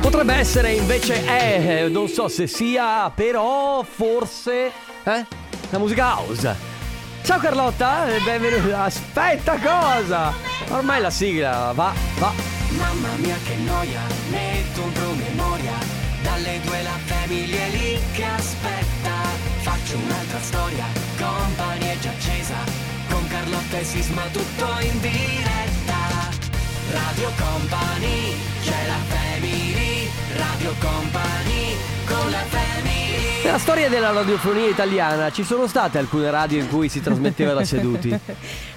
Potrebbe essere invece, eh, non so se sia, però forse, eh, la musica house. Ciao Carlotta, e benvenuta. Aspetta cosa? Ormai la sigla va, va. Mamma mia che noia, metto un promemoria Dalle due la famiglia è lì che aspetta Faccio un'altra storia, company è già accesa Con Carlotta e Sisma tutto in diretta Radio Company, c'è la family Radio Company, con la family Nella storia della radiofonia italiana ci sono state alcune radio in cui si trasmetteva da seduti.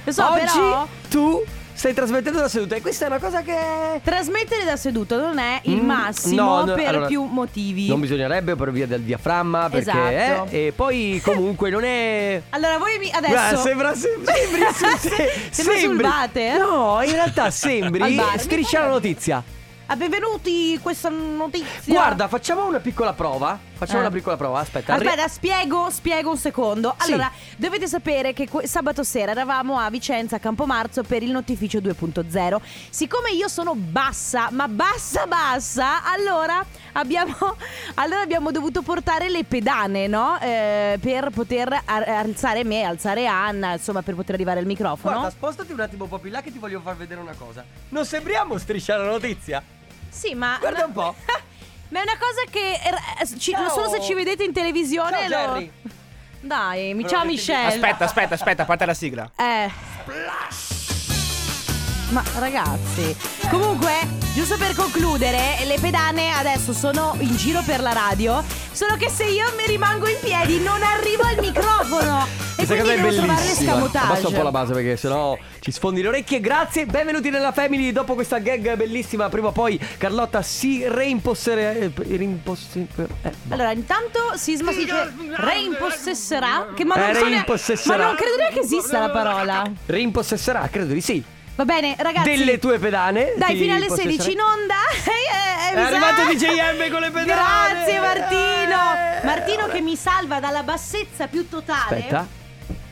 Lo so, Oggi però tu stai trasmettendo da seduta e questa è una cosa che... trasmettere da seduto non è il Mm, massimo no, no, per allora, più motivi. Non bisognerebbe per via del diaframma, perché... Esatto. eh, e poi comunque non è... Allora voi mi Guarda, adesso sembra sem- sembri, se- se- Sembra sul Vate, eh? No, in realtà Al sembri bar. striscia la notizia. Ah, benvenuti questa notizia. Guarda, facciamo una piccola prova. Facciamo Eh. una piccola prova, aspetta. arri- Aspetta, spiego, spiego un secondo. Allora, dovete sapere che que- sabato sera eravamo a Vicenza, a Campomarzo, per il notificio 2.0. Siccome io sono bassa, ma bassa bassa, allora abbiamo, allora abbiamo dovuto portare le pedane, no? Eh, per poter ar- alzare me, alzare Anna, insomma, per poter arrivare al microfono. Guarda, spostati un attimo un po' più in là che ti voglio far vedere una cosa. Non sembriamo striscia la notizia. Sì, ma... Guarda un po'. Ma è una cosa che eh, ci- Ciao. non solo se ci vedete in televisione Ciao, lo- Jerry. Dai, mi ciao Però- Michelle. Aspetta, aspetta, aspetta, parte la sigla. Eh. Ma ragazzi, comunque, giusto per concludere, le pedane adesso sono in giro per la radio, solo che se io mi rimango in piedi non arrivo al microfono e Questa quindi cosa è devo trovare bellissima. Abbassa un po' la l'escamotage. base perché sennò ci sfondi le orecchie. Grazie, benvenuti nella Family. Dopo questa gag bellissima, prima o poi Carlotta si reimpossere. eh, reimposse- eh, boh. Allora, intanto Sisma si dice reimpossesserà, che ma Eh, non, so neanche- ma reimpossesserà. non credo neanche esista la parola. Reimpossesserà, credo di sì. Va bene, ragazzi. Delle tue pedane. Dai, ti fino alle possesserai. 16 in onda. Eh, eh, È arrivato eh. DJM con le pedane. Grazie Martino. Eh. Martino che mi salva dalla bassezza più totale. Aspetta.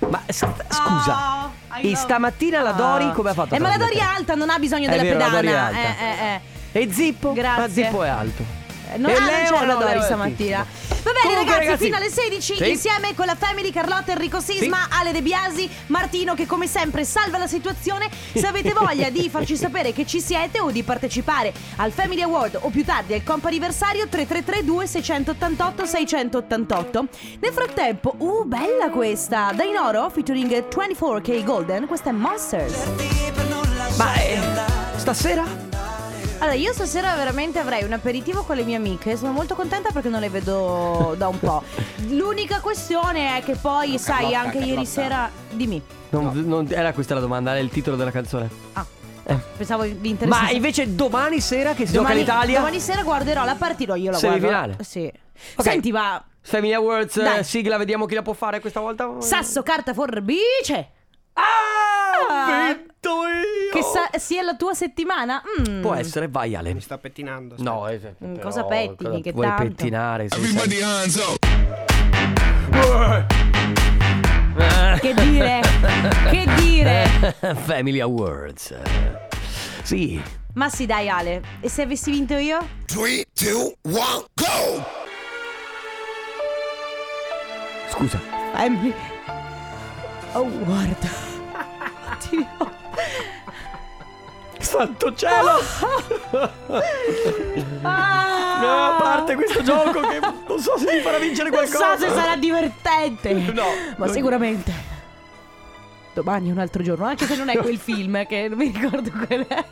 Ma s- scusa. Oh, I E love- stamattina la Dori Oh. come ha fatto? a Eh, ma la Dori è trasmettere? alta, non ha bisogno È della vero, la Dori è pedana. alta. Eh, eh, eh. E Zippo? Grazie. Ma Zippo è alto. Eh, Non, E ah, non Leo, c'era no, la Leo Dori è stamattina. altissimo. Va bene, Comunque, ragazzi, ragazzi, fino alle 16 sì. insieme con la Family Carlotta, Enrico Sisma, Ale De Biasi, Martino che come sempre salva la situazione. Se avete voglia di farci sapere che ci siete o di partecipare al Family Award o più tardi al comp anniversario 3332 688 688. Nel frattempo, uh, bella questa! Dainoro featuring 24K Golden, questa è Monsters. Ma eh, stasera? Allora, io stasera veramente avrei un aperitivo con le mie amiche. Sono molto contenta perché non le vedo da un po'. L'unica questione è che poi, sai, Carlotta, anche ieri Carlotta. sera. Dimmi. Non, non- era questa la domanda, era il titolo della canzone. Ah, Eh. pensavo di interessare. Ma invece domani sera che si gioca l'Italia? Domani sera guarderò la partita. Io la Semifinale. guardo. Sì. Ok. Senti, ma. Family Awards, eh, Dai. sigla, vediamo chi la può fare questa volta. Sasso, carta, forbice. Ah! Ah! Ho vinto io! Che sa- sia la tua settimana? Mm. Può essere, vai Ale. sta pettinando. No, eh, eh, Mm, però, cosa pettini, cosa che vuoi tanto. pettinare? sì, sai. Che dire? che Eh. dire? Family Awards. Sì. Ma sì, dai, Ale. E se avessi vinto io? 3, 2, 1, go! Scusa. Family Oh guarda Oddio. Santo cielo! Ah! A parte questo gioco che non so se mi farà vincere Non qualcosa. so se sarà divertente No. Ma sicuramente Domani è un altro giorno Anche se non è quel film Che non mi ricordo qual è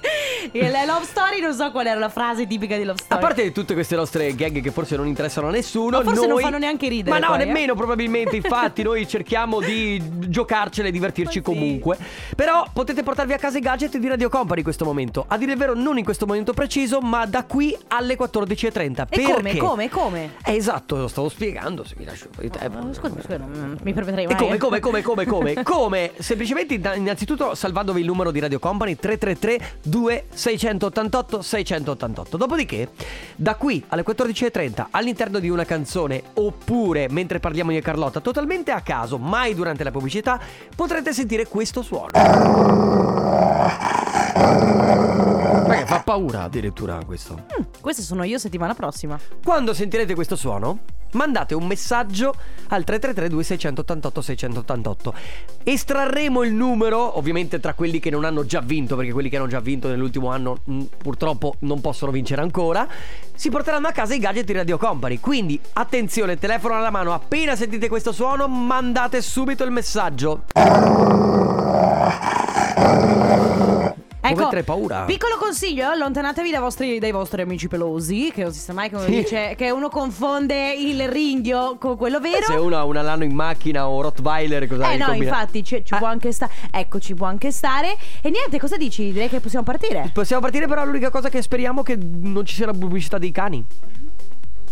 E La love story Non so qual era la frase tipica di love A story parte tutte queste nostre gag che forse non interessano a nessuno, Ma forse non noi- fanno neanche ridere Ma no, poi, eh. nemmeno probabilmente, infatti, noi cerchiamo di giocarcele e divertirci Ma sì. comunque. Però potete portarvi a casa i gadget di Radio Company in questo momento. A dire il vero, non in questo momento preciso, ma da qui alle 14.30. E perché? come, come, come? Eh, Eh, esatto, lo stavo spiegando, se mi lascio un po' di tempo. Ma Scusa, scusa non- non Mi permetterei E mai eh. come, come, come, come, come? come? Semplicemente inna- innanzitutto salvandovi il numero di Radio Company 333 2688 688. Dopodiché, da qui alle 14.30 all'interno di una canzone oppure mentre parliamo di Carlotta, totalmente a caso, mai durante la pubblicità, potrete sentire questo suono. Ma che fa paura addirittura questo. Queste sono io settimana prossima. Quando sentirete questo suono, mandate un messaggio al 333-2688-688. Estrarremo il numero, ovviamente tra quelli che non hanno già vinto, perché quelli che hanno già vinto nell'ultimo anno mh, purtroppo non possono vincere ancora. Si porteranno a casa i gadget di Radio Company. Quindi attenzione, telefono alla mano, appena sentite questo suono, mandate subito il messaggio. Ecco, avete paura? Piccolo consiglio, allontanatevi dai vostri, dai vostri amici pelosi, che non si sa mai come Sì. dice, che uno confonde il ringhio con quello vero. Se uno ha un alano in macchina o Rottweiler, cosa eh gli no, combina? infatti ci, ci Ah. può anche stare. Ecco, ci può anche stare. E niente, cosa dici? Direi che possiamo partire. Possiamo partire però l'unica cosa che speriamo è che non ci sia la pubblicità dei cani.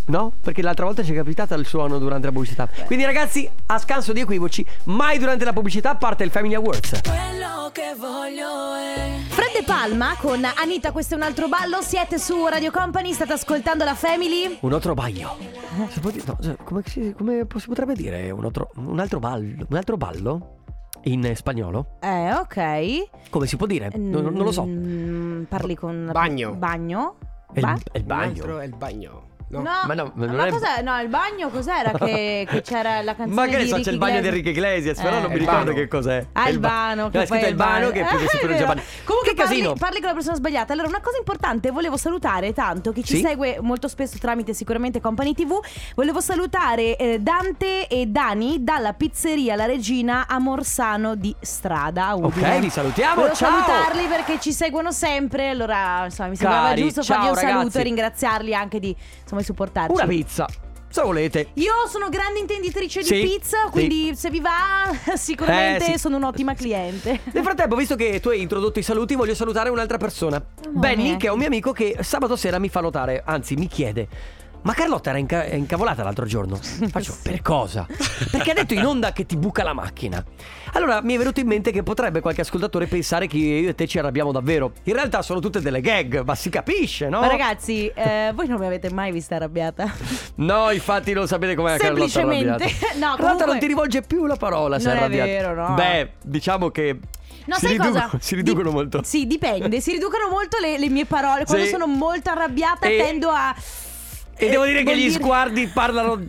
No? Perché l'altra volta ci è capitata il suono durante la pubblicità. Quindi ragazzi, a scanso di equivoci, mai durante la pubblicità parte il Family Awards. Fred De Palma con Anita, questo è un altro ballo. Siete su Radio Company, state ascoltando la Family. Un altro bagno. Eh. Si può dire- no, cioè, come, si, come po- si potrebbe dire un altro, un altro ballo? Un altro ballo? In eh, spagnolo? Eh, ok. Come si può dire? Non, non lo so. È Eh, Mm, parli con Bagno. Bagno? il, Ba- è il bagno. L'altro è il bagno. No. No, Ma ma, no, ma non è- cos'è? No, il bagno cos'era che, che c'era la canzone Magari di so, Ricky c'è il bagno di Iglesias? Enrique Iglesias, però Eh. non mi Il ricordo Bano. che cos'è. Ah, È il Ba- Bano. No, che è scritto poi il Bano, che poi Eh, si è pronuncia vero. Bano. Comunque che parli, casino. parli con la persona sbagliata. Allora, una cosa importante, volevo salutare tanto chi ci Sì? segue molto spesso tramite sicuramente Company TV. Volevo salutare eh, Dante e Dani dalla pizzeria La Regina a Morsano di Strada. a Udine. Ok, vi salutiamo, Volevo ciao! salutarli perché ci seguono sempre. Allora, insomma, mi sembrava Cari, giusto ciao, fargli un saluto ragazzi. e ringraziarli anche di insomma, di supportarci. Una pizza, se volete. Io sono grande intenditrice Sì, di pizza, sì. quindi se vi va, sicuramente Eh, sì. sono un'ottima cliente. Nel frattempo, visto che tu hai introdotto i saluti, voglio salutare un'altra Ah. persona. Benny, Eh. che è un mio amico che sabato sera mi fa notare, anzi mi chiede. Ma Carlotta era inca- incavolata l'altro giorno. Faccio per cosa? Perché ha detto in onda che ti buca la macchina. Allora mi è venuto in mente che potrebbe qualche ascoltatore pensare che io e te ci arrabbiamo davvero. In realtà sono tutte delle gag, ma si capisce, no? Ma ragazzi, eh, voi non mi avete mai vista arrabbiata. No, infatti non sapete com'è la Carlotta Semplicemente. arrabbiata. No, Carlotta comunque- non ti rivolge più la parola se Non è arrabbiata. vero, no. Beh, diciamo che No, si, sai riducono, cosa? si riducono Di- molto. Sì, dipende. Si riducono molto le, le mie parole. Quando Sì. sono molto arrabbiata, E- tendo a. eh, E devo dire che gli sguardi sguardi parlano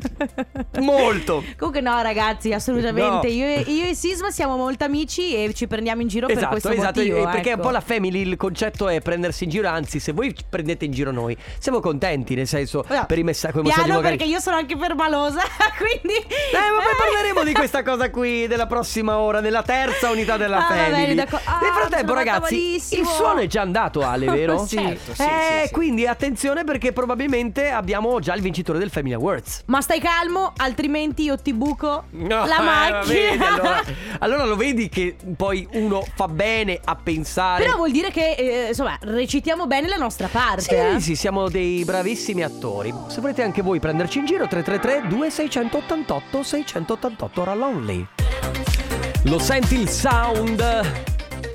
molto. Comunque no ragazzi, assolutamente. No. Io, e, io e Sisma siamo molto amici e ci prendiamo in giro per questo Esatto, esatto, motivo. e perché è un ecco. po' la family, il concetto è prendersi in giro, anzi se voi ci prendete in giro noi, siamo contenti, nel senso, No, per i messa- con i messaggi Piano magari... perché io sono anche permalosa, quindi... Eh, ma poi parleremo di questa cosa qui nella prossima ora, nella terza unità della Ah, va bene, family. d'accordo. Ah, Nel sono frattempo, fatta ragazzi, malissimo. il suono è già andato, Ale, vero? Sì. Certo, sì, eh, sì, sì. quindi attenzione perché probabilmente abbiamo già il vincitore del Family Awards. Ma stai calmo, altrimenti io ti buco No, la eh, macchina. ma vedi, allora, allora lo vedi che poi uno fa bene a pensare. Però vuol dire che, eh, insomma, recitiamo bene la nostra parte. Sì, eh. sì, siamo dei bravissimi attori. Se volete anche voi prenderci in giro, 333-2688-688, ora Lonely. Lo senti il sound?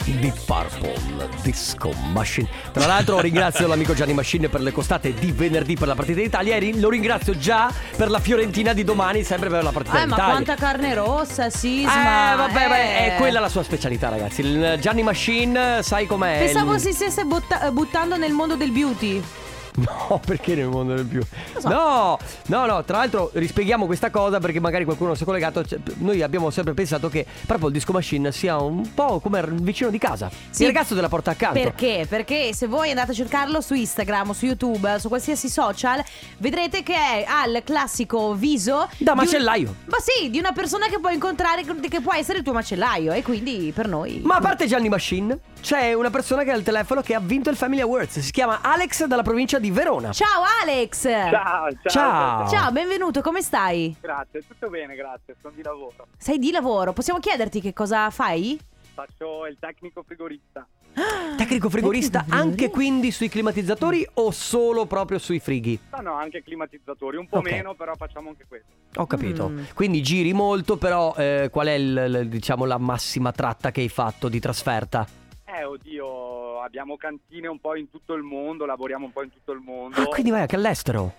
di Purple Disco Machine. Tra l'altro ringrazio l'amico Gianni Machine per le costate di venerdì per la partita d'Italia e ri- lo ringrazio già per la Fiorentina di domani, sempre per la partita Eh, ma d'Italia. quanta carne rossa, sisma. Eh, vabbè, vabbè, eh. è quella la sua specialità, ragazzi. Il Gianni Machine, sai com'è? Pensavo Il- si stesse butta- buttando nel mondo del beauty. No, Oh, perché nel mondo del più? so. No, no, no, tra l'altro rispieghiamo questa cosa perché magari qualcuno si è collegato. Cioè, Noi abbiamo sempre pensato che proprio il disco machine sia un po' come il vicino di casa. Sì. Il ragazzo della porta accanto. Perché? Perché se voi andate a cercarlo su Instagram, o su YouTube, su qualsiasi social, vedrete che è- ha il classico viso di Da un- macellaio. Ma sì, di una persona che puoi incontrare, che può essere il tuo macellaio. E quindi per noi. Ma a parte Gianni Machine, c'è una persona che ha il telefono che ha vinto il Family Awards. Si chiama Alex dalla provincia di Verona. Ciao Alex! Ciao, ciao. Ciao. Eh. Ciao, benvenuto, come stai? Grazie, tutto bene, grazie. Sono di lavoro. Sei di lavoro, possiamo chiederti che cosa fai? Faccio il tecnico frigorista. Tecnico frigorista Tecnico anche frigorista. quindi sui climatizzatori o solo proprio sui frighi? Stanno anche climatizzatori, un po' Ok. meno, però facciamo anche questo. Ho capito. Mm. Quindi giri molto, però eh, qual è il- il- diciamo, la massima tratta che hai fatto di trasferta? Eh, oddio, abbiamo cantine un po' in tutto il mondo, lavoriamo un po' in tutto il mondo. Ah, quindi vai anche all'estero.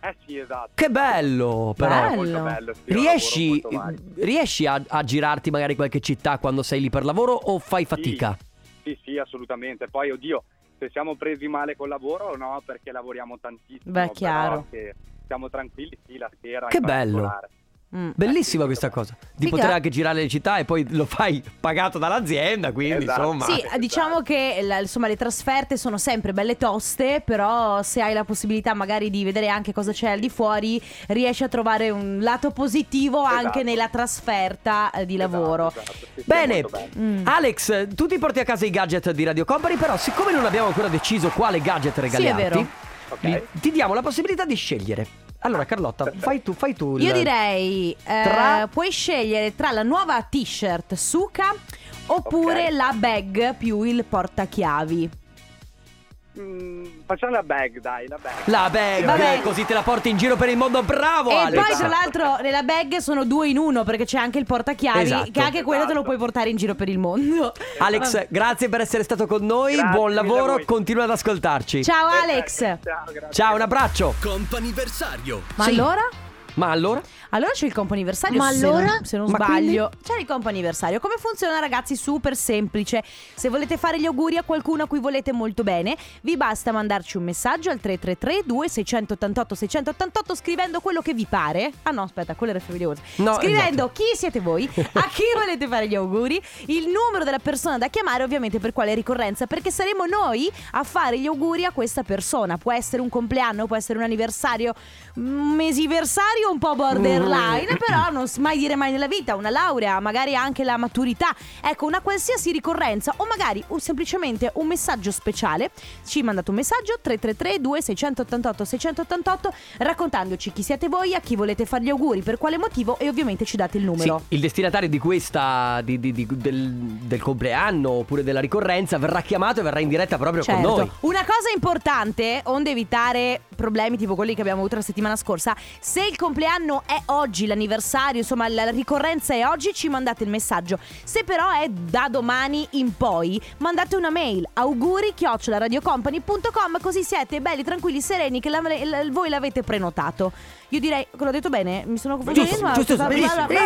Eh sì, esatto. Che bello, però. È molto Bello. bello. sì, è un Riesci, lavoro molto vario. riesci a, a girarti magari qualche città quando sei lì per lavoro o fai fatica? Sì, sì, assolutamente. Poi, oddio, se siamo presi male col lavoro o no, perché lavoriamo tantissimo. Beh, chiaro. Però che siamo tranquilli, sì, la sera. Che in bello. particolare. Mm. Bellissima questa cosa. Di Figa. poter anche girare le città e poi lo fai pagato dall'azienda, quindi Esatto. insomma. Sì, diciamo che la- insomma, le trasferte sono sempre belle toste, però se hai la possibilità magari di vedere anche cosa c'è al di fuori, riesci a trovare un lato positivo anche Esatto. nella trasferta eh, di lavoro. Esatto, esatto, sì, sì, è Bene, molto bello. Mm. Alex, tu ti porti a casa i gadget di Radio Company, però siccome non abbiamo ancora deciso quale gadget regalarti, vero. Ok. li- ti diamo la possibilità di scegliere. Allora Carlotta, fai tu, fai tu. il- Io direi, eh, Tra- puoi scegliere tra la nuova t-shirt Suka oppure Ok. la bag più il portachiavi. Mm, facciamo la bag, dai, la bag. La bag, Vabbè. così te la porti in giro per il mondo. Bravo e Alex. poi tra l'altro nella bag sono due in uno perché c'è anche il portachiavi Esatto. che anche quello te lo Esatto. puoi portare in giro per il mondo. Vabbè. Alex, grazie per essere stato con noi. Grazie Buon mille a lavoro, voi. continua ad ascoltarci. Ciao Alex. Ciao, grazie. Ciao, un abbraccio. Ma Sì. allora? Ma allora? Allora c'è il compo anniversario. Ma allora? Se non Ma sbaglio, c'è il compo anniversario. Come funziona, ragazzi? Super semplice. Se volete fare gli auguri a qualcuno a cui volete molto bene, vi basta mandarci un messaggio al 333-2688-688 scrivendo quello che vi pare. Ah no, aspetta, quello era Family Awards. No, scrivendo chi siete voi, a chi volete fare gli auguri, il numero della persona da chiamare, ovviamente per quale ricorrenza, perché saremo noi a fare gli auguri a questa persona. Può essere un compleanno, può essere un anniversario, un mesiversario un po' borderline, però non s- mai dire mai nella vita, una laurea, magari anche la maturità. Ecco, una qualsiasi ricorrenza o magari un- semplicemente un messaggio speciale. Ci mandate un messaggio 333 2688 688 raccontandoci chi siete voi, a chi volete fare gli auguri, per quale motivo e ovviamente ci date il Sì, numero. il destinatario di questa, di- di- di- del, del compleanno oppure della ricorrenza verrà chiamato e verrà in diretta proprio Certo. con noi. Una cosa importante, onde evitare problemi tipo quelli che abbiamo avuto la settimana scorsa, se il compleanno è oggi, l'anniversario, insomma la ricorrenza è oggi, ci mandate il messaggio. Se però è da domani in poi, mandate una mail auguri radiocompany.com così siete belli, tranquilli, sereni che la- la- voi l'avete prenotato. Io direi, l'ho detto bene, mi sono confusa. Giusto, io, ma- giusto, ma- benissimo, ma- ma-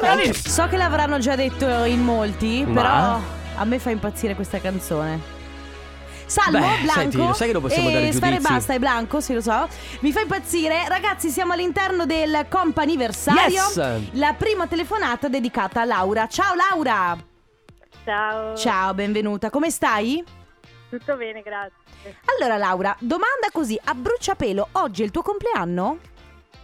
ma- ma- ma- So che l'avranno già detto in molti, Ma? però a me fa impazzire questa canzone. Salvo, Beh, Blanco. senti, lo sai che non possiamo e dare Sfera e giudizi? basta, è Blanco, sì, lo so. Mi fa impazzire. Ragazzi, siamo all'interno del comp'anniversario. Yes! La prima telefonata dedicata a Laura. Ciao Laura! Ciao. Ciao, benvenuta. Come stai? Tutto bene, grazie. Allora, Laura, domanda così a bruciapelo: oggi è il tuo compleanno?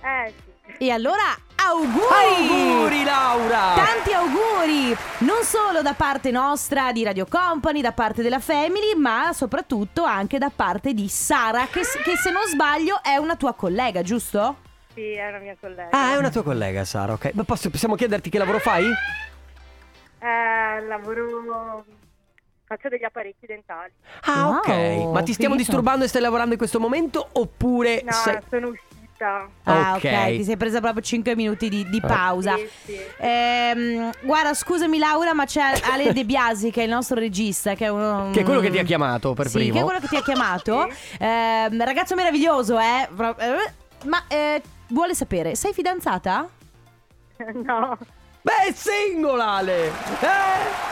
Eh sì. E allora, Auguri Laura! Tanti auguri! Non solo da parte nostra di Radio Company, da parte della Family, ma soprattutto anche da parte di Sara, che, s- che se non sbaglio è una tua collega, giusto? Sì, è una mia collega. Ah, è una tua collega Sara, ok. Ma posso- possiamo chiederti che lavoro fai? Eh, lavoro... Faccio degli apparecchi dentali. Ah, Wow, ok. Ma ti stiamo fighissimo. disturbando e stai lavorando in questo momento oppure No, sei... sono uscita. Ah, Ok. Eh. ok, ti sei presa proprio 5 minuti di, di pausa. Sì, sì. Ehm, guarda, scusami Laura, ma c'è Ale De Biasi che è il nostro regista, che è uno... Che è quello che ti ha chiamato per Sì, primo. che è quello che ti ha chiamato. Ehm, ragazzo meraviglioso, eh. Pro- eh, Ma eh, vuole sapere, sei fidanzata? No, Beh, è singolale! Eh?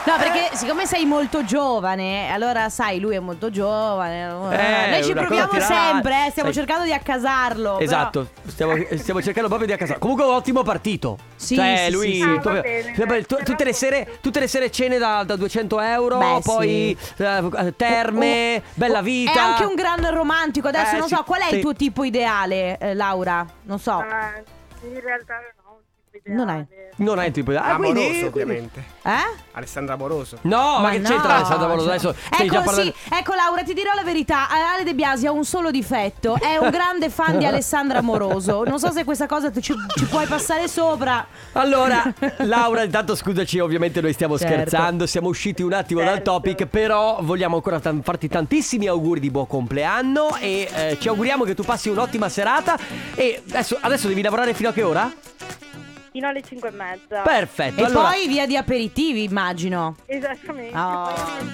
No, perché siccome sei molto giovane, allora sai, lui è molto giovane. Eh, Noi ci una proviamo cosa tirata. sempre, eh, stiamo Sai- cercando di Oh, accasarlo. però- Esatto, stiamo, stiamo cercando proprio di accasare. Comunque, un ottimo partito. Sì, cioè, sì, lui. sì, sì. Ah, va tu- bene, tu- dai, tu- te tutte, le racconto. sere, tutte le sere cene da, da 200 euro, Beh, poi eh, terme, Oh, oh, bella oh, vita. È anche un gran romantico. Adesso Eh, non sì, so, qual è sì. il tuo tipo ideale, eh, Laura? Non so. ma in realtà non ho un tipo ideale. Non hai. Non è il tipo. Ah, Amoroso, quindi- ovviamente. Eh? Alessandro Amoroso. No, ma, Ma che no, c'entra Alessandro Amoroso? cioè- Adesso stai ecco, già parlando. sì, ecco Laura, ti dirò la verità. Ale De Biasi ha un solo difetto: è un grande fan di Alessandra Amoroso. Non so se questa cosa tu ci, ci puoi passare sopra. Allora, Laura, intanto scusaci, ovviamente noi stiamo Certo. scherzando, siamo usciti un attimo dal Certo. topic, però vogliamo ancora tan- farti tantissimi auguri di buon compleanno e eh, ci auguriamo che tu passi un'ottima serata e adesso, adesso devi lavorare fino a che ora? Fino alle 5 e mezza. Perfetto, E allora... poi via di aperitivi, immagino. Esattamente. Oh.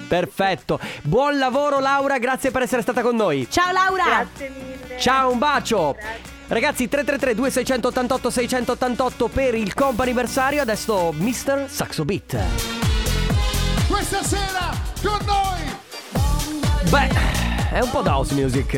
Perfetto, buon lavoro Laura, grazie per essere stata con noi. Ciao Laura! Grazie mille. Ciao, un bacio. Grazie. Ragazzi, 333-2688-688 per il comp anniversario. Adesso Mr. Saxo Beat. Questa sera con noi Beh, è un po' da house music.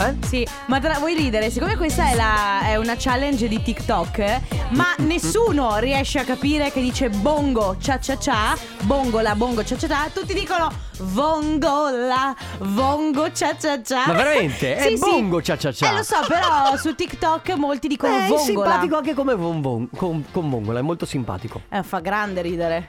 Eh? Sì, ma tra- vuoi ridere? Siccome questa è, la- è una challenge di TikTok, eh, ma nessuno riesce a capire che dice bongo cia cia cia, bongola, bongo cia cia cia, tutti dicono vongola, vongo cia cia cia. Ma veramente? È Sì, sì. bongo cia cia cia. Eh lo so, però su TikTok molti dicono Beh, Eh, è vongola. simpatico anche come von von- con, con Vongola, è molto simpatico. Eh, fa grande ridere.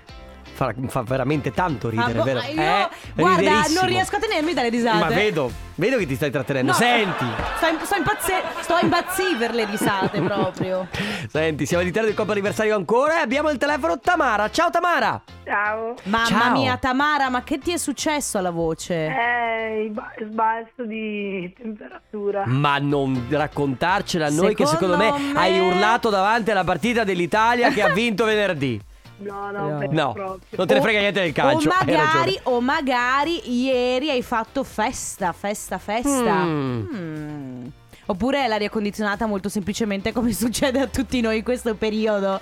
Fa, fa veramente tanto ridere, Ah, boh, vero? ma io- Eh, guarda, riderissimo. non riesco a tenermi dalle risate. Ma vedo, vedo che ti stai trattenendo. No, Senti. Sto, in- sto impazze- sto a impazzire per le risate proprio. Senti, siamo all'interno del compo anniversario ancora e abbiamo il telefono Tamara. Ciao Tamara. Ciao. Mamma Ciao. mia, Tamara, ma che ti è successo alla voce? Eh, il ba- sbalzo di temperatura. Ma non raccontarcela a noi che secondo Secondo me, me- hai urlato davanti alla partita dell'Italia che ha vinto venerdì. No, no, No. per No, proprio. non te ne O- frega niente del calcio. O hai magari, ragione. o magari ieri hai fatto festa, festa, festa. Mm. Mm. Oppure l'aria condizionata molto semplicemente come succede a tutti noi in questo periodo.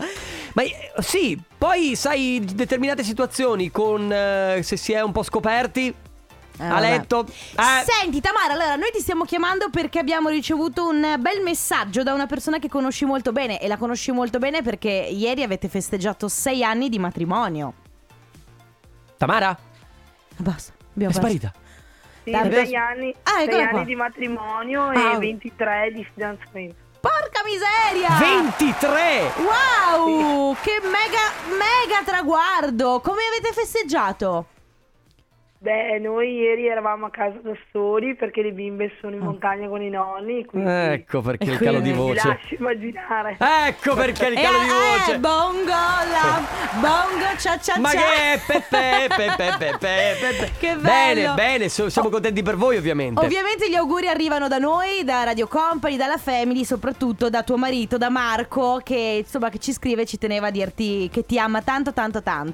Ma eh, sì, poi sai determinate situazioni con eh, se si è un po' scoperti Eh, a vabbè. letto. Eh, Senti Tamara, allora noi ti stiamo chiamando perché abbiamo ricevuto un bel messaggio da una persona che conosci molto bene e la conosci molto bene perché ieri avete festeggiato sei anni di matrimonio. Tamara Basta, è abbiamo perso. sparita. Sì, Dai, sei adesso- anni, Ah, sei eccola qua. anni di matrimonio Ah. e 23 di fidanzamento. Porca miseria! 23! Wow, che mega, mega traguardo! Come avete festeggiato? Beh, noi ieri eravamo a casa da soli perché le bimbe sono Ah. in montagna con i nonni, quindi Ecco perché E il calo di quindi- ti voce. lascio immaginare. Ah. Ecco perché il calo Eh, di eh, voce. bongo la, bongo cia cia Ma cia. che è? Pe- pe- pe- pe- pe- pe- pe- cioè. Che Bene, bello. Oh. bene, so- siamo contenti per voi ovviamente. Ovviamente gli auguri arrivano da noi, da Radio Company, dalla Family, soprattutto da tuo marito, da Marco, che insomma che ci scrive e ci teneva a dirti che ti ama tanto tanto tanto.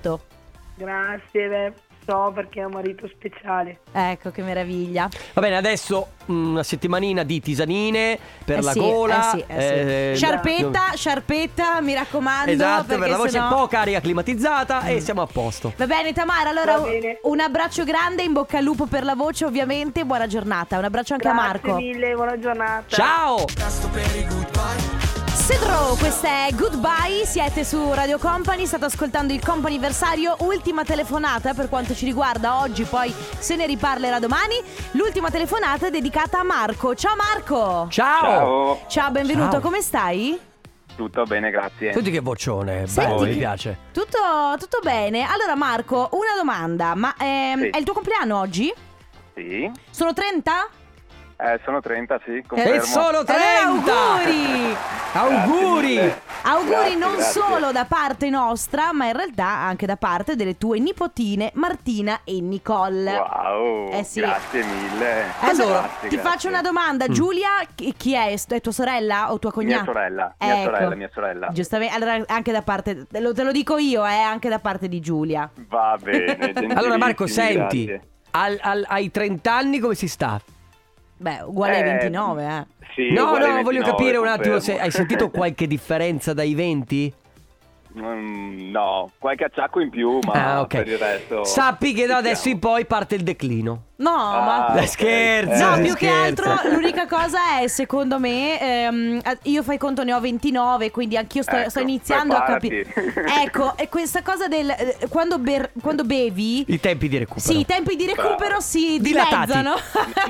Grazie, beh, so perché è un marito speciale. Ecco che meraviglia. Va bene, adesso mh, una settimanina di tisanine per Eh la sì, gola. eh sì, eh sì. eh, sciarpetta, sciarpetta, mi raccomando. Esatto, per perché la voce sennò- Mm. poca, aria climatizzata e siamo a posto. Va bene Tamara, allora Va bene. un abbraccio grande, in bocca al lupo per la voce ovviamente, buona giornata, un abbraccio anche Grazie a Marco. mille, buona giornata. Ciao! Sedro, questa è Goodbye, siete su Radio Company, state ascoltando il companiversario, ultima telefonata per quanto ci riguarda oggi, poi se ne riparlerà domani, l'ultima telefonata è dedicata a Marco. Ciao Marco! Ciao! Ciao, Ciao, benvenuto, Ciao. come stai? tutto bene, grazie. Senti che vocione, Senti bello, che- mi piace. Tutto, tutto bene? Allora Marco, una domanda, ma ehm, Sì. è il tuo compleanno oggi? Sì, Sono 30? eh, sono 30, sì, confermo. E solo 30! Allora, Eh, auguri! Auguri! Grazie Auguri Grazie, non grazie. solo da parte nostra, ma in realtà anche da parte delle tue nipotine Martina e Nicole. Wow, Eh sì. grazie mille. Eh, Allora, Grazie, ti grazie. faccio una domanda. Giulia, chi chi è? È tua sorella o tua cognata? Mia sorella, mia Ecco. sorella, mia sorella. Giustamente, allora anche da parte, te lo, te lo dico io, eh, anche da parte di Giulia. Va bene. Allora Marco, gentilissimi, senti, grazie. al- al- ai 30 anni come si sta? Beh, uguale ai Eh, 29, eh. Sì, no, uguale no, 29, voglio capire un attimo confermo. se hai sentito qualche differenza dai 20? Mm, no, qualche acciacco in più, ma Ah, ok. per il resto. Sappi che da adesso in Sentiamo. poi parte il declino. No, ma... Ah, Dai, ok. scherzo, No, Eh, si più che scherza. altro l'unica cosa è, secondo me, ehm, io fai conto ne ho 29, quindi anch'io sto, Ecco, sto iniziando a capire. preparati. Ecco, e questa cosa del eh, quando, ber- quando bevi, I tempi di recupero. sì, i tempi di recupero Brava. si Dilatati. dimezzano.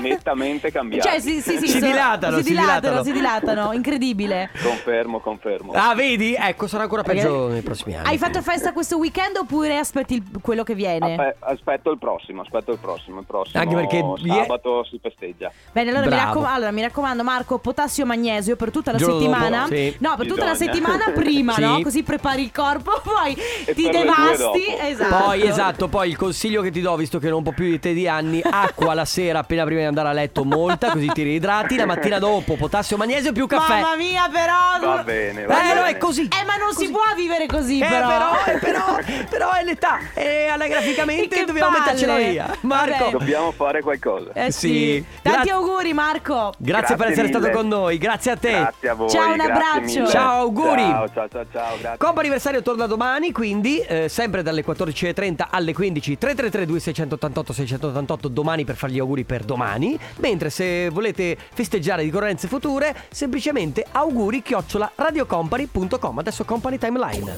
Nettamente cambiati. Cioè, sì, sì, sì, Si dilatano, si si dilatano, dilatano. si dilatano, incredibile. Confermo, confermo. Ah, vedi? Ecco, sarà ancora peggio nei prossimi anni. Hai fatto festa questo weekend oppure aspetti il- quello che viene? Aspe- aspetto il prossimo, aspetto il prossimo, il prossimo Anche perché ie- sabato si festeggia. Bene, allora mi, Bravo. raccom- allora, mi raccomando, Marco, potassio magnesio per tutta la Giorno dopo, settimana. sì. No, per tutta la Bisogna. settimana prima, Sì. no? Così prepari il corpo, poi E ti per le due devasti. dopo. Esatto. Poi, esatto, poi il consiglio che ti do, visto che non po' più di te di anni, acqua la sera appena prima di andare a letto molta, così ti riidrati, la mattina dopo potassio, magnesio più caffè. Mamma mia, però. Va bene, va eh, bene. no, è così. Eh, ma non si può vivere così, Eh, però. però, eh, però, però è l'età e anagraficamente Che dobbiamo palle. mettercela via. Marco, Vabbè. Dobbiamo dobbiamo fare qualcosa. Eh sì. Sì. Tanti Gra- auguri Marco. Grazie, per essere mille. stato con noi, grazie a te. Grazie a voi. Ciao, un grazie abbraccio. mille. Ciao, auguri. Ciao, ciao, ciao, ciao, grazie. Compa anniversario torna domani, quindi eh, sempre dalle 14.30 alle 15 333 2688 688 domani per fargli auguri per domani. Mentre se volete festeggiare di correnze future, semplicemente auguri chiocciola radiocompany.com. Adesso Company Timeline.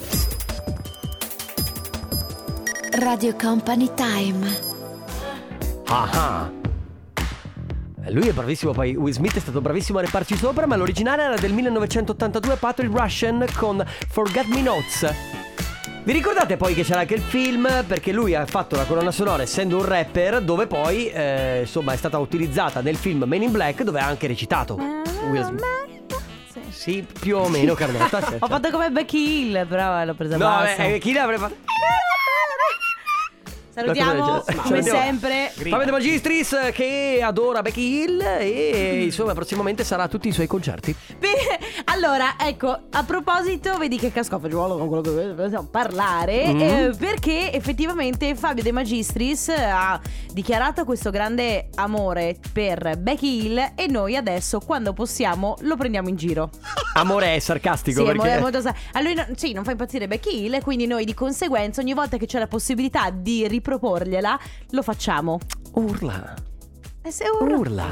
Radio Company Time. Ah ah. Eh, Lui è bravissimo, poi Will Smith è stato bravissimo a reparci sopra, ma l'originale era del 1982 Patrick Russian con Forget Me Notes. Vi ricordate poi che c'era anche il film perché lui ha fatto la colonna sonora essendo un rapper dove poi eh, insomma è stata utilizzata nel film Men in Black dove ha anche recitato Will Smith. Sì. Sì, più o meno Carlotta. certo. Ho fatto come Becky Hill, però l'ho presa No, bassa. eh, chi l'avrebbe fatto? Salutiamo Qualcosa del genere. come Salutiamo. sempre Fabio De Magistris eh, che adora Becky Hill e insomma prossimamente sarà a tutti i suoi concerti. Bene, allora, ecco, a proposito, vedi che cascofagiolo con quello che possiamo parlare, eh, perché effettivamente Fabio De Magistris eh, ha dichiarato questo grande amore per Becky Hill e noi adesso, quando possiamo, lo prendiamo in giro. Amore è sarcastico Sì, è perché... mo- è molto sa- a lui non- sì, non fa impazzire Becky Hill, quindi noi di conseguenza ogni volta che c'è la possibilità di riproporgliela, lo facciamo. Urla, E se urla- urla.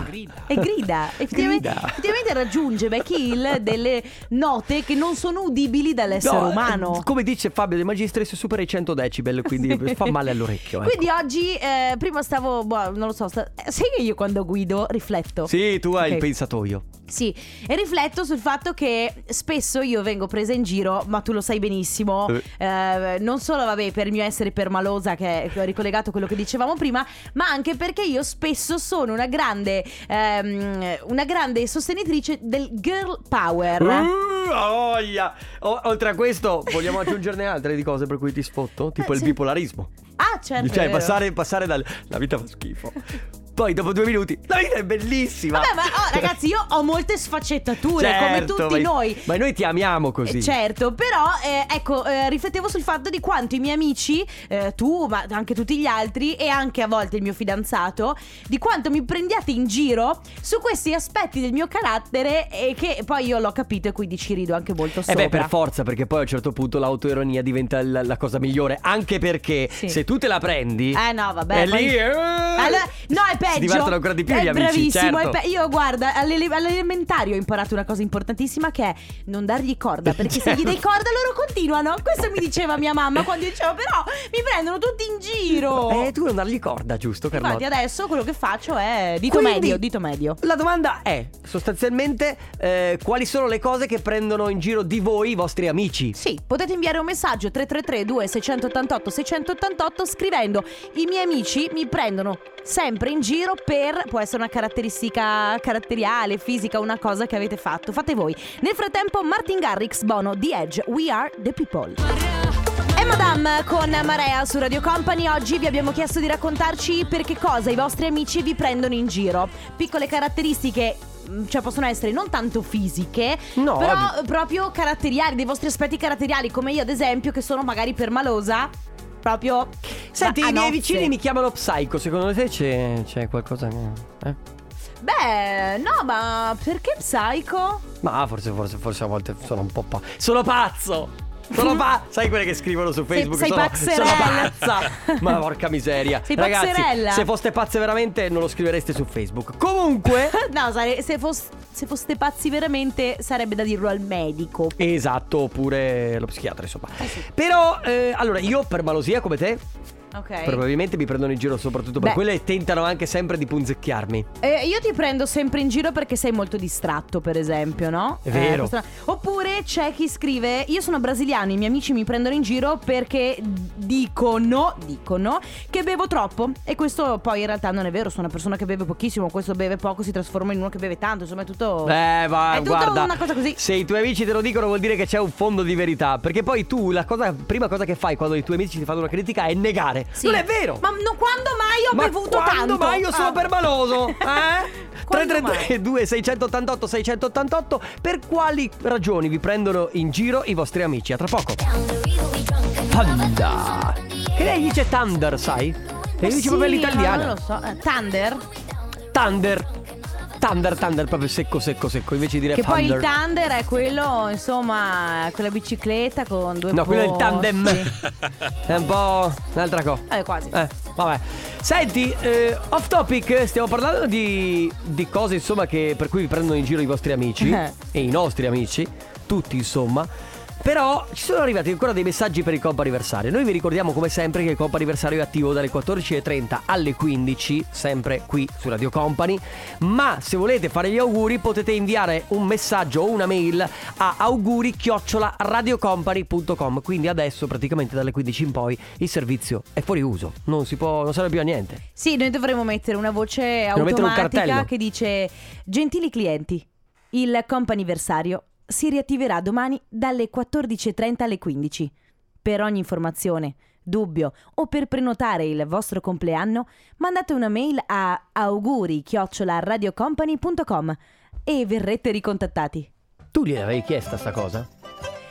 e grida. Effettivamente, Grida. effettivamente raggiunge Becky Hill delle note che non sono udibili dall'essere No, umano. eh, Come dice Fabio De Magistris, supera i 100 decibel, quindi Sì. fa male all'orecchio. ecco. Quindi oggi, eh, prima stavo, boh, non lo so, sta- eh, sai che io quando guido rifletto. Sì, tu hai il Ok. pensatoio. Sì, e rifletto sul fatto che spesso io vengo presa in giro, ma tu lo sai benissimo, Eh. eh, non solo vabbè per il mio essere permalosa che è ricollegato a quello che dicevamo prima, ma anche perché io spesso sono una grande, ehm, una grande sostenitrice del girl power. Uh, ha voglia. O- oltre a questo, vogliamo aggiungerne altre di cose per cui ti sfotto? Tipo Eh, il sì. bipolarismo. Ah, certo. è cioè, vero. passare, passare dal. La vita fa schifo. Poi, dopo due minuti, la vita è bellissima. Vabbè, ma oh, ragazzi, io ho molte sfaccettature, come Certo, tutti ma- noi. Ma noi ti amiamo così. Eh, Certo, però eh, ecco, eh, riflettevo sul fatto di quanto i miei amici, eh, tu, ma anche tutti gli altri e anche a volte il mio fidanzato, di quanto mi prendiate in giro su questi aspetti del mio carattere e che poi io l'ho capito e quindi ci rido anche molto Eh sopra. beh, per forza, perché poi a un certo punto l'autoironia diventa la, la cosa migliore. Anche perché Sì. se tu te la prendi. Eh, no, vabbè, È poi- lì. eh, Allora- no, è peggio. Si divertono ancora di più è gli amici. Bravissimo. certo. è pe- io, guarda, alle- all'elementare ho imparato una cosa importantissima che è non dargli corda. Perché se gli dai Certo. corda, loro continuano. Questo mi diceva mia mamma quando io dicevo, però mi prendono tutti in giro. Eh, tu non dargli corda, giusto, Carlotta? Infatti oh. adesso quello che faccio è dito Quindi- medio, dito medio. La domanda è sostanzialmente eh, quali sono le cose che prendono in giro di voi i vostri amici? Sì, potete inviare un messaggio 333 2688 688 scrivendo I miei amici mi prendono sempre in giro per può essere una caratteristica caratteriale, fisica, una cosa che avete fatto. Fate voi. Nel frattempo Martin Garrix Bono The Edge We Are the People. E Madame con Marea su Radio Company oggi vi abbiamo chiesto di raccontarci per che cosa i vostri amici vi prendono in giro. Piccole caratteristiche mh, cioè possono essere non tanto fisiche, No, però vabbè. proprio caratteriali, dei vostri aspetti caratteriali, come io ad esempio che sono magari permalosa, proprio Senti, da- a i miei nozze. vicini mi chiamano Psycho, secondo te c'è, c'è qualcosa? che- Eh? Beh, no, ma perché psycho? Ma forse, forse, forse a volte sono un po' pa- Sono pazzo! Sono pa- Sai quelle che scrivono su Facebook? sei sono, sono pazzerella. pazza! Ma porca miseria! Sei Ragazzi, pazzerella. se foste pazze veramente non lo scrivereste su Facebook. Comunque... No, sare- se, fos- se foste pazzi veramente sarebbe da dirlo al medico. Esatto, oppure lo psichiatra, insomma. Però, eh, allora, io per malosia come te, Ok. probabilmente mi prendono in giro soprattutto per Beh. quello e tentano anche sempre di punzecchiarmi. Eh, io ti prendo sempre in giro perché sei molto distratto, per esempio, no? È vero. questo- Oppure c'è chi scrive: Io sono brasiliano, i miei amici mi prendono in giro perché dicono, dicono che bevo troppo. E questo poi in realtà non è vero. Sono una persona che beve pochissimo, questo beve poco, si trasforma in uno che beve tanto. Insomma, è tutto. Eh, va, è tutto guarda. una cosa così. Se i tuoi amici te lo dicono vuol dire che c'è un fondo di verità. Perché poi tu la cosa, prima cosa che fai quando i tuoi amici ti fanno una critica è negare. Sì. Non è vero! Ma no, quando mai ho Ma bevuto quando tanto? mai io sono Ah. permaloso? Eh? Quando mai? 333 688 688 Per quali ragioni vi prendono in giro i vostri amici? A tra poco Panda Che lei dice Thunder, sai? E io dici proprio all'italiana. Non lo so. eh, Thunder? Thunder. Thunder, thunder, proprio secco, secco, secco. Invece di dire Che poi il thunder. Thunder è quello, insomma, quella bicicletta con due No, quello è il posti. tandem. È un po' un'altra cosa. Eh, quasi. Eh, vabbè. Senti, eh, off topic, stiamo parlando di, di cose, insomma, che, per cui vi prendono in giro i vostri amici Eh. e i nostri amici, tutti, insomma. Però ci sono arrivati ancora dei messaggi per il compo anniversario. Noi vi ricordiamo come sempre che il compo anniversario è attivo dalle 14.30 alle 15, sempre qui su Radio Company. Ma se volete fare gli auguri potete inviare un messaggio o una mail a auguri-radiocompany.com. Quindi adesso praticamente dalle 15 in poi il servizio è fuori uso, non, si può, non serve più a niente. Sì, noi dovremmo mettere una voce Dovremmo mettere un cartello. automatica che dice Gentili clienti, il comp'anniversario si riattiverà domani dalle 14.30 alle 15. Per ogni informazione, dubbio o per prenotare il vostro compleanno, mandate una mail a auguri-radiocompany.com e verrete ricontattati. Tu gliel'avevi chiesta sta cosa?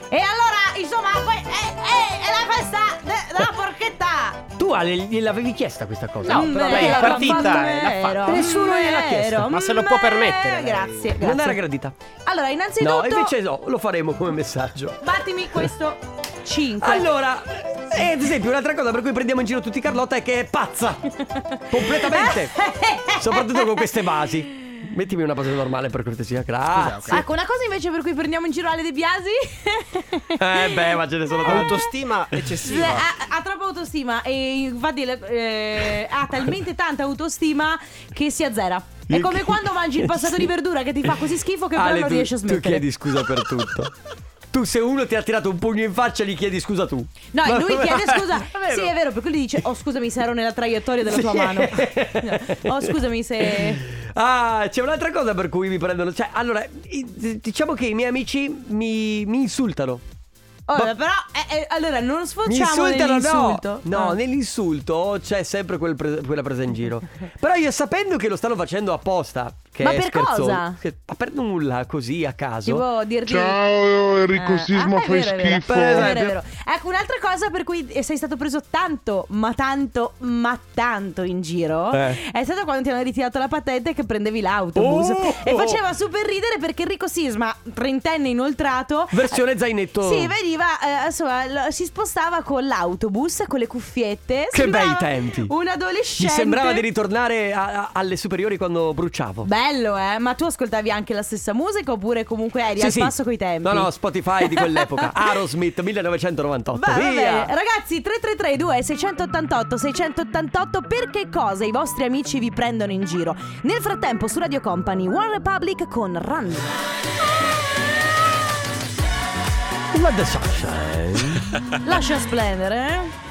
E allora, insomma, poi è, è- è la festa de- della porchetta! Mm, Tu Ale, gliel'avevi chiesta questa cosa? No, però lei è Vero, partita, ma eh, l'ha fatta. Nessuno gliel'ha chiesto, ma se lo può permettere, lei. Mm, eh, Grazie, grazie. Non era gradita. Allora, innanzitutto, No, invece no, lo faremo come messaggio. battimi questo 5. Allora, eh, ad esempio, un'altra cosa per cui prendiamo in giro tutti Carlotta è che è pazza. Completamente. Soprattutto con queste basi. Mettimi una base normale per cortesia, grazie. Ecco, una cosa invece per cui prendiamo in giro Ale De Biasi. Eh beh, ma ce ne sono tante. Autostima eccessiva. Eh, Ha, ha troppa autostima e infatti eh, ha talmente tanta autostima che si azzera. È come quando mangi il passato di verdura che ti fa così schifo che Ale, poi non tu, riesci a tu smettere. chiedi scusa per tutto. Tu se uno ti ha tirato un pugno in faccia gli chiedi scusa tu. No, Ma- lui chiede scusa. È vero. sì, è vero, perché lui dice: Oh, scusami se ero nella traiettoria della tua Sì. mano. No. Oh, scusami se. Ah, c'è un'altra cosa per cui mi prendono. Cioè, allora, i- diciamo che i miei amici mi, mi insultano. Oh, Ma- però, eh, eh, allora, non Mi sfociamo insultano, nell'insulto. no. No, Ah. nell'insulto c'è sempre quel pre- quella presa in giro. Però io sapendo che lo stanno facendo apposta. Che Ma è per scherzoso, cosa? che- ma per nulla, così a caso. Tipo dirti Ciao Enrico Eh, Sisma, ah, è fai vero, è vero. schifo. È vero, è Per esempio. vero. Ecco, un'altra cosa per cui eh, sei stato preso tanto, ma tanto, ma tanto in giro Eh. è stato quando ti hanno ritirato la patente che prendevi l'autobus. Oh! E faceva super ridere perché Enrico Sisma, trentenne inoltrato, Versione zainetto. eh, Sì, veniva, eh, insomma, l- si spostava con l'autobus, con le cuffiette. Che sembrava bei tempi. Un adolescente. Mi sembrava di ritornare a- a- alle superiori quando bruciavo. Bello, eh? Ma tu ascoltavi anche la stessa musica oppure comunque eri al passo coi tempi? No, no, Spotify di quell'epoca. Aerosmith 1998. Beh, va Via. bene. Ragazzi, 3332 688 688 per che cosa i vostri amici vi prendono in giro? Nel frattempo su Radio Company, One Republic con Run. Let the sunshine. Lascia splendere, eh?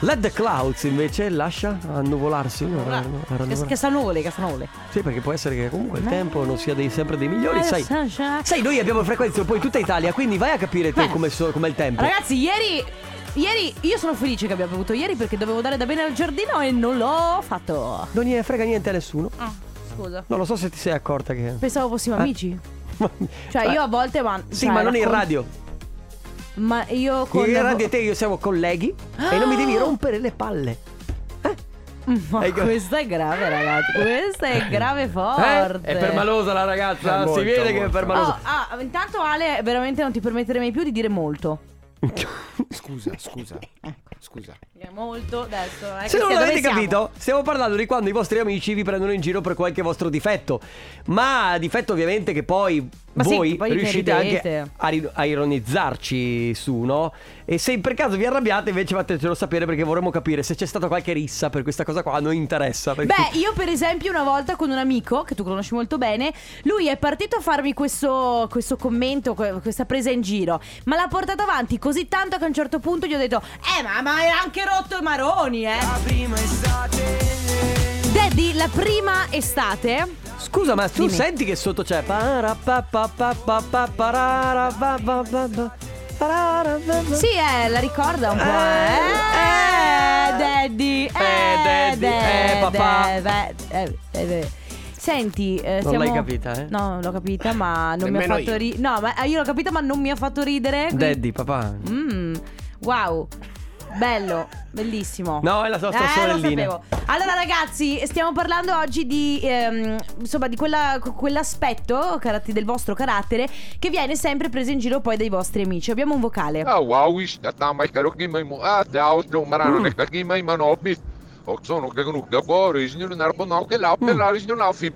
Let the clouds invece lascia annuvolarsi. no, a- a Che, rannuvolare. che sanuvole, che sanuvole. Sì, perché può essere che comunque il tempo non sia dei- sempre dei migliori, sai. Sunshine. Sai, noi abbiamo frequenze un po' in tutta Italia, quindi vai a capire tu Beh. come so- com'è il tempo. Ragazzi, ieri. Ieri io sono felice che abbia bevuto ieri perché dovevo dare da bene al giardino e non l'ho fatto. Non gliene frega niente a nessuno. Ah, scusa. Non lo so se ti sei accorta che. Pensavo fossimo Eh. amici. Cioè, io a volte ma. Sì, sai, ma non in raccon- radio. Ma io con. Ah! In radio e te io siamo colleghi e non mi devi rompere le palle. Ma Hai cap- questa è grave, ragazzi. Questa è grave forte. Eh? È permalosa la ragazza, Eh, molto, si vede che è molto. permalosa. Oh, ah, intanto Ale, veramente non ti permetterei mai più di dire molto. Scusa, scusa, scusa. Molto adesso. eh, Se che non sia l'avete dove siamo. capito, oh. stiamo parlando di quando i vostri amici vi prendono in giro per qualche vostro difetto. Ma difetto ovviamente che poi Ma sì, voi che poi ne riuscite ridete. anche a, ri- a ironizzarci su, no? E se per caso vi arrabbiate invece fatecelo sapere perché vorremmo capire se c'è stata qualche rissa per questa cosa qua, a noi interessa. perché- Beh, io per esempio una volta con un amico che tu conosci molto bene, lui è partito a farmi questo, questo commento, que- questa presa in giro, ma l'ha portata avanti così tanto che a un certo punto gli ho detto, eh ma, ma hai anche rotto i maroni, eh. La prima estate. Daddy, la prima estate. Scusa, ma tu Dimmi. senti che sotto c'è. Para pa pa pa pa pa parara pa pa pa pa parara pa pa. Sì, eh, la ricorda un po', eh. Eh, Eh, Daddy. Eh, Daddy, eh, papà. dad- eh, eh, eh. Senti, eh, Non siamo- l'hai capita, eh? No, l'ho capita, ma non mi ha Nemmeno fatto io. ridere. No, ma eh, io l'ho capita, ma non mi ha fatto ridere. quindi- Daddy, papà. Mm, wow. Bello, bellissimo. No, è la nostra eh, sorellina. Lo sapevo. Allora, ragazzi, stiamo parlando oggi di ehm, insomma di quella- quell'aspetto carat- del vostro carattere che viene sempre preso in giro poi dai vostri amici. Abbiamo un vocale. Ah, wow, is- ah, no, ma è caro che mai mo- ah, te altro marano, ne cacchi mai manobbi. O sono che non da cuore, il signor Narbonau che l'ha per la signor Alfi.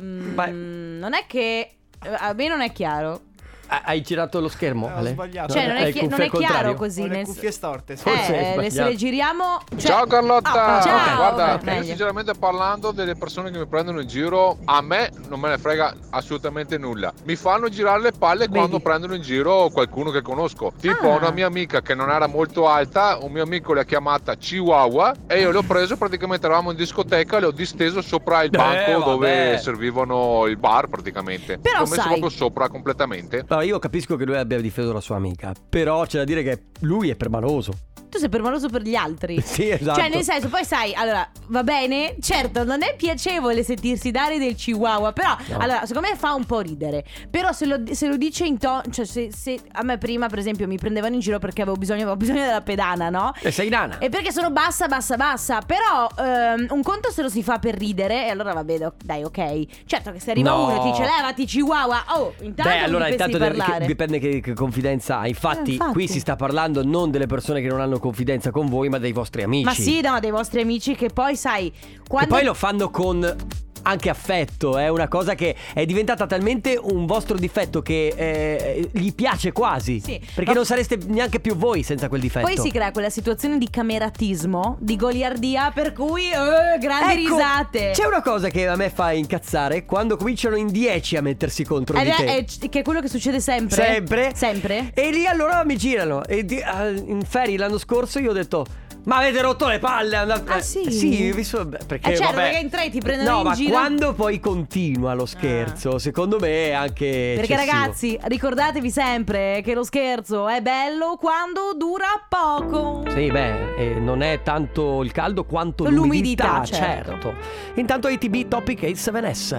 Mm, Vai. non è che eh, a me non è chiaro. Ah, Hai girato lo schermo? Ah, ho Ale? sbagliato. Cioè, non è, Hai chi- cuffie non è al chiaro contrario. così. Ho le nel- cuffie storte. sì. Forse hai eh, le- se sbagliato. le giriamo. cioè- Ciao Carlotta! Ah, ciao, Guarda, vabbè, io meglio. sinceramente parlando delle persone che mi prendono in giro, a me non me ne frega assolutamente nulla. Mi fanno girare le palle quando prendono in giro qualcuno che conosco. Tipo Ah. una mia amica che non era molto alta, un mio amico l'ha chiamata Chihuahua e io l'ho preso, praticamente eravamo in discoteca e l'ho disteso sopra il Beh, banco vabbè. dove servivano il bar praticamente. Però l'ho messo sai- proprio sopra completamente. Allora, io capisco che lui abbia difeso la sua amica, però c'è da dire che lui è permaloso. Tu sei permaloso per gli altri. Sì, esatto. Cioè, nel senso, poi sai, allora, va bene, certo, non è piacevole sentirsi dare del chihuahua, però, No. allora, secondo me fa un po' ridere. Però se lo, se lo dice in tono, cioè, se, se a me prima, per esempio, mi prendevano in giro perché avevo bisogno, avevo bisogno della pedana, no? E Eh, sei nana. E perché sono bassa, bassa, bassa. Però ehm, un conto se lo si fa per ridere, e allora va bene, o- dai, ok. Certo che se arriva No. uno e ti dice, levati chihuahua, oh, intanto Beh, allora mi intanto pensi de- parlare. che- dipende che, che confidenza hai. Infatti, Eh, infatti. qui si sta parlando non delle persone che non hanno confidenza con voi, ma dei vostri amici. Ma sì, no, dei vostri amici che poi, sai, Che quando... poi lo fanno con anche affetto, è una cosa che è diventata talmente un vostro difetto che eh, gli piace quasi. Sì, Perché ma- non sareste neanche più voi senza quel difetto. Poi si crea quella situazione di cameratismo, di goliardia, per cui eh, grandi Ecco, risate. C'è una cosa che a me fa incazzare quando cominciano in 10 a mettersi contro Ed di te. è- è c- che è quello che succede Eh sempre. Sempre. Sempre. E lì allora mi girano. E di- ah, in ferie l'anno scorso io ho detto. Ma avete rotto le palle! andate-" Ah, Eh, sì? Sì, vi so- beh, perché. Eh, certo, vabbè. perché in tre ti prendono No, in ma giro. Ah. quando poi continua lo scherzo, secondo me è anche. Perché Eh, eccessivo. ragazzi, ricordatevi sempre che lo scherzo è bello quando dura poco. Sì, beh, eh, non è tanto il caldo quanto l'umidità, L'umidità, certo. Intanto ATB Topic 8-7S.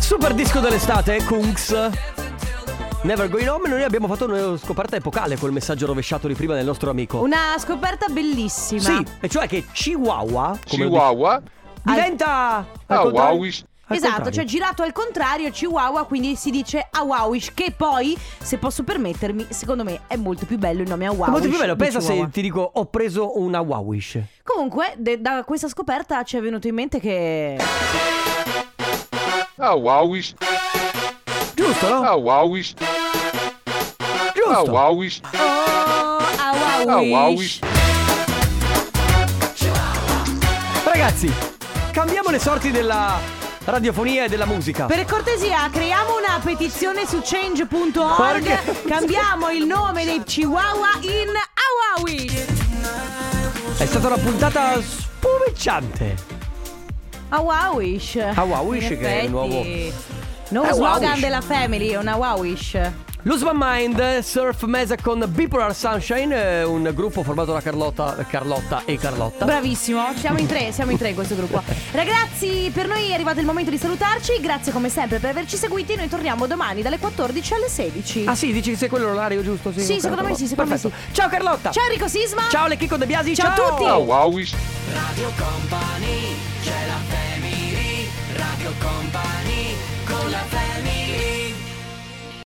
Super disco dell'estate, Kungs. Never Going Home, noi abbiamo fatto una scoperta epocale col messaggio rovesciato di prima del nostro amico. Una scoperta bellissima. Ecco. Sì, e cioè che Chihuahua come lo Chihuahua? dice, diventa Ah, al contrario- wow, is- al Esatto, contrario. cioè girato al contrario, Chihuahua, quindi si dice Awawish, che poi, se posso permettermi, secondo me è molto più bello il nome Awawish. È molto più bello, di pensa se Chihuahua. ti dico ho preso una Wowish. Comunque, de- da questa scoperta ci è venuto in mente che. Ah, wow, is- Giusto, no? ah, wow, is- ah, Giusto. wow, is- Oh, ah, wow, ah, wow, wish. is- Ragazzi, cambiamo le sorti della radiofonia e della musica. Per cortesia, creiamo una petizione su change.org. Perché? Cambiamo il nome dei Chihuahua in Awawish. È stata una puntata spumeggiante. Awawish. Awawish, In che è il nuovo- effetti, Nuovo Awawish. slogan della family, una Awawish. Lose My Mind, Surf Mesa con Bipolar Sunshine, eh, un gruppo formato da Carlotta, Carlotta e Carlotta. Bravissimo, siamo in tre, siamo in tre in questo gruppo. Ragazzi, per noi è arrivato il momento di salutarci. Grazie come sempre per averci seguiti. Noi torniamo domani dalle 14 alle 16. ah sì, dici che sei quello l'orario giusto? Sì, Sì, ok, secondo me sì, secondo me perfetto. Ciao Carlotta. Ciao Enrico Sisma. Ciao Le Chicco De Biasi. Ciao a tutti. ah, wow, is- Radio Company, c'è la family, Radio Company, con la family.